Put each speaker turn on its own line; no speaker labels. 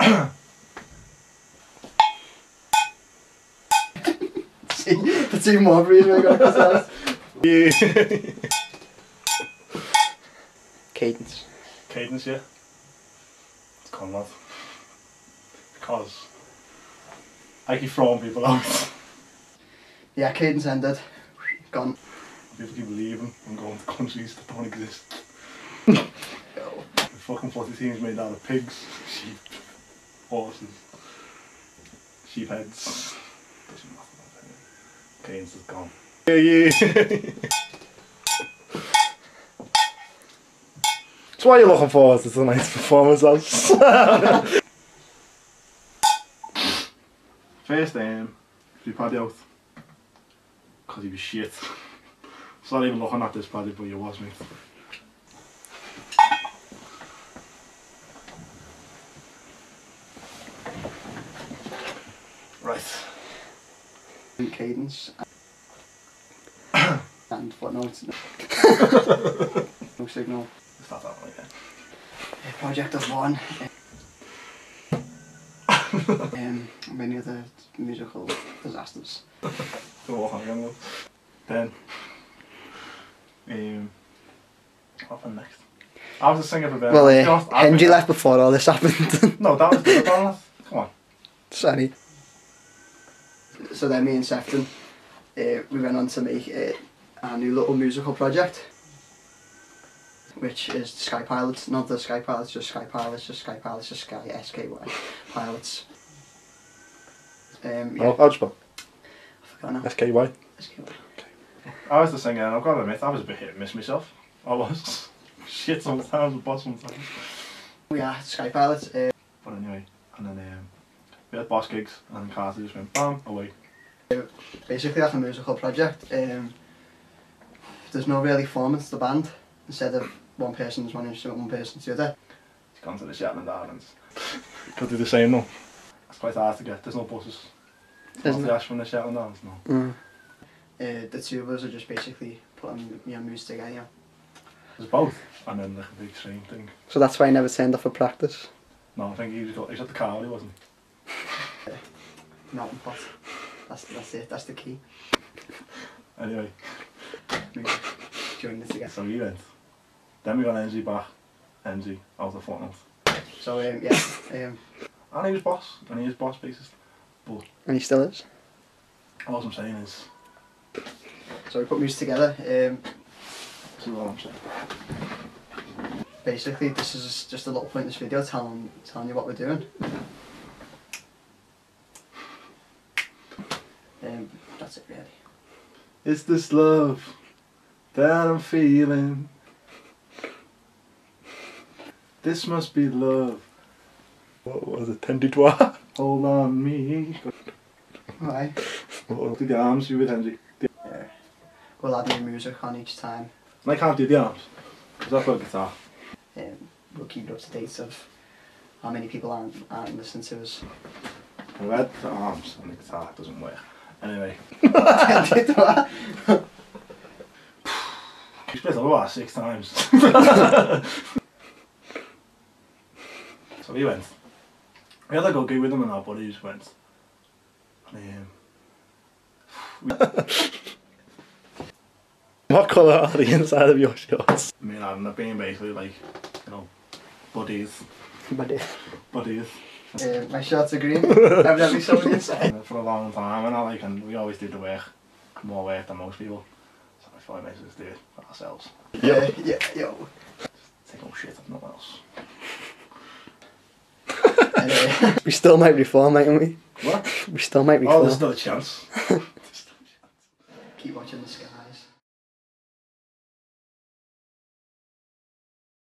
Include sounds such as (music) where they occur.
(laughs) The team one remake of Cassette.
(laughs) Cadence.
Cadence, yeah. It's Conrad. Because I keep throwing people out. (laughs)
Yeah, cadence ended. Gone.
People keep leaving and going to countries that don't exist. the fucking 40 teams made out of pigs, sheep, horses, sheep heads. Doesn't matter. Cadence is gone. Yeah, yeah. (laughs)
So what are you looking forward to tonight's performance as?
(laughs) First um, we paddy out. Because he was shit. Sorry even looking at this paddy, but you was, mate. Right.
Cadence. (coughs) and
(laughs)
footnotes. no signal.
Let's start that one again.
A project of
(laughs)
one. um, many other musical disasters.
Go walk on again, love. Then. Um, what happened next? I was a singer for Ben.
Well,
eh,
I
uh,
was- I was-
Henry left before all this happened.
No, that was good. That was, come on.
Sorry.
So then me and Sefton, uh, we went on to make uh, our new little musical project, which is Sky Pilots. Not the Sky Pilots, just Sky Pilots, just Sky Pilots, just Sky SKY Pilots. Um, yeah,
Oh, how'd you spell?
I forgot now.
S-K-Y.
SKY.
I was the singer, and I've got to admit, I was a bit hit and miss myself. I was. (laughs) Shit sometimes, but sometimes.
We are Sky Pilots. Uh,
But anyway, and then um, we had boss gigs, and then Carter just went bam, away.
basically that's a musical project. Um, there's no really form, it's the band. Instead of one person's one instrument, one person's the other.
He's gone to the Shetland Islands. (laughs) Could do the same, no? It's quite hard to get, there's no buses. There's
Doesn't
no dash from the Shetland Islands, no.
Mm.
Uh, the two of us are just basically putting you know, moves together.
There's both. And then like a big train thing.
So that's why I never turned up for practice.
No, I think he was got, he's at the Carly, wasn't
Mountain pot. That's, that's it, that's the key.
he? Anyway,
(laughs)
Join us together.
so he went. Then we got NZ back, NZ, out of Fortnite.
So um, yeah, um,
And he was boss, and he is boss bassist.
And he still is.
All I'm saying is,
so we put moves together. Um,
this is all I'm saying.
basically, this is just a little point in this video telling, telling you what we're doing. Um, that's it really.
It's this love that I'm feeling. This must be love.
What was it? Tendu (laughs) Dwa?
Hold on me.
Alright.
What
Do the arms, you with Henry.
Yeah. We'll add new music on each time.
And I can't do the arms. Because I've got a guitar.
Um, we'll keep you up to date of how many people aren't, aren't listening to us. (laughs)
And without the arms and the guitar it doesn't work. Anyway, we split all our six times. so we went. We had a good gig with them and our buddies went. And, um,
what colour are the inside of your shorts?
we, me and Adam have been basically like, you know, buddies.
But (laughs) uh,
Buddies.
um, my shorts are green. Evidently somebody inside.
for a long time and I like and we always did the work more work than most people so I thought we might as well just do it for ourselves
Yeah, yeah, yo.
take all shit off no one else
Anyway, (laughs)
we still might reform, mightn't we?
what?
We still
oh
might reform.
there's another chance
keep watching the sky.